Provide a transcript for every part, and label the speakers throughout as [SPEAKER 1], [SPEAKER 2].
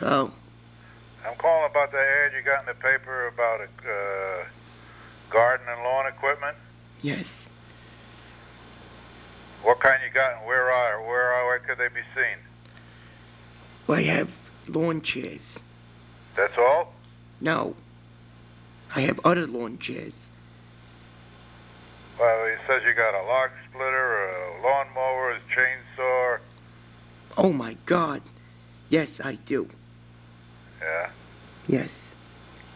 [SPEAKER 1] Oh,
[SPEAKER 2] I'm calling about the ad you got in the paper about uh, garden and lawn equipment.
[SPEAKER 1] yes.
[SPEAKER 2] What kind you got and where are where are where could they be seen?
[SPEAKER 1] Well, I have lawn chairs.
[SPEAKER 2] That's all.
[SPEAKER 1] No. I have other lawn chairs.
[SPEAKER 2] Well, it says you got a log splitter, a lawnmower, a chainsaw.
[SPEAKER 1] Oh my God. Yes, I do.
[SPEAKER 2] Yeah.
[SPEAKER 1] Yes.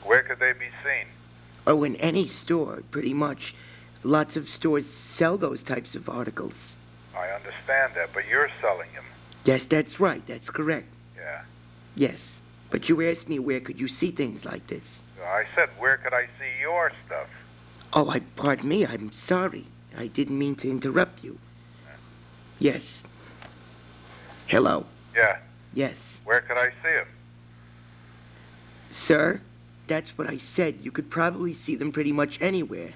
[SPEAKER 2] Where could they be seen?
[SPEAKER 1] Oh, in any store, pretty much. Lots of stores sell those types of articles.
[SPEAKER 2] I understand that, but you're selling them.
[SPEAKER 1] Yes, that's right. That's correct.
[SPEAKER 2] Yeah.
[SPEAKER 1] Yes. But you asked me where could you see things like this?
[SPEAKER 2] I said, where could I see your stuff?
[SPEAKER 1] Oh, I pardon me. I'm sorry. I didn't mean to interrupt you. Yes. Hello.
[SPEAKER 2] Yeah.
[SPEAKER 1] Yes.
[SPEAKER 2] Where could I see them?
[SPEAKER 1] Sir, that's what I said. You could probably see them pretty much anywhere.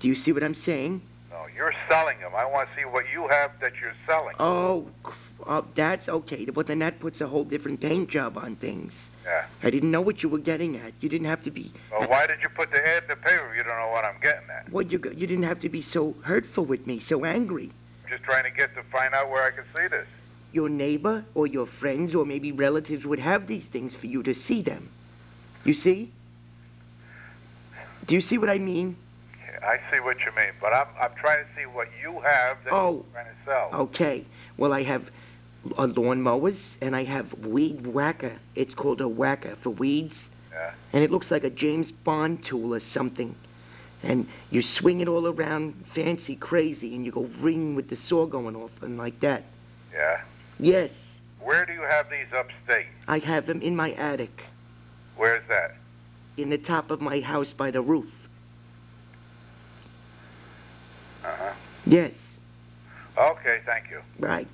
[SPEAKER 1] Do you see what I'm saying?
[SPEAKER 2] No, you're selling them. I want to see what you have that you're selling.
[SPEAKER 1] Oh, cr- uh, that's okay. But then that puts a whole different paint job on things.
[SPEAKER 2] Yeah.
[SPEAKER 1] I didn't know what you were getting at. You didn't have to be.
[SPEAKER 2] Well, why did you put the ad in the paper? if You don't know what I'm getting at.
[SPEAKER 1] Well, you go- you didn't have to be so hurtful with me, so angry.
[SPEAKER 2] I'm just trying to get to find out where I can see this.
[SPEAKER 1] Your neighbor or your friends or maybe relatives would have these things for you to see them. You see? Do you see what I mean?
[SPEAKER 2] Yeah, I see what you mean, but I'm I'm trying to see what you have that
[SPEAKER 1] Oh.
[SPEAKER 2] you're trying to sell.
[SPEAKER 1] Okay. Well, I have uh, lawn mowers and I have weed whacker. It's called a whacker for weeds.
[SPEAKER 2] Yeah.
[SPEAKER 1] And it looks like a James Bond tool or something. And you swing it all around fancy crazy and you go ring with the saw going off and like that.
[SPEAKER 2] Yeah.
[SPEAKER 1] Yes,
[SPEAKER 2] Where do you have these upstate?
[SPEAKER 1] I have them in my attic,
[SPEAKER 2] Where's that?
[SPEAKER 1] in the top of my house by the roof.
[SPEAKER 2] Uh huh.
[SPEAKER 1] Yes,
[SPEAKER 2] Okay, thank you.
[SPEAKER 1] right.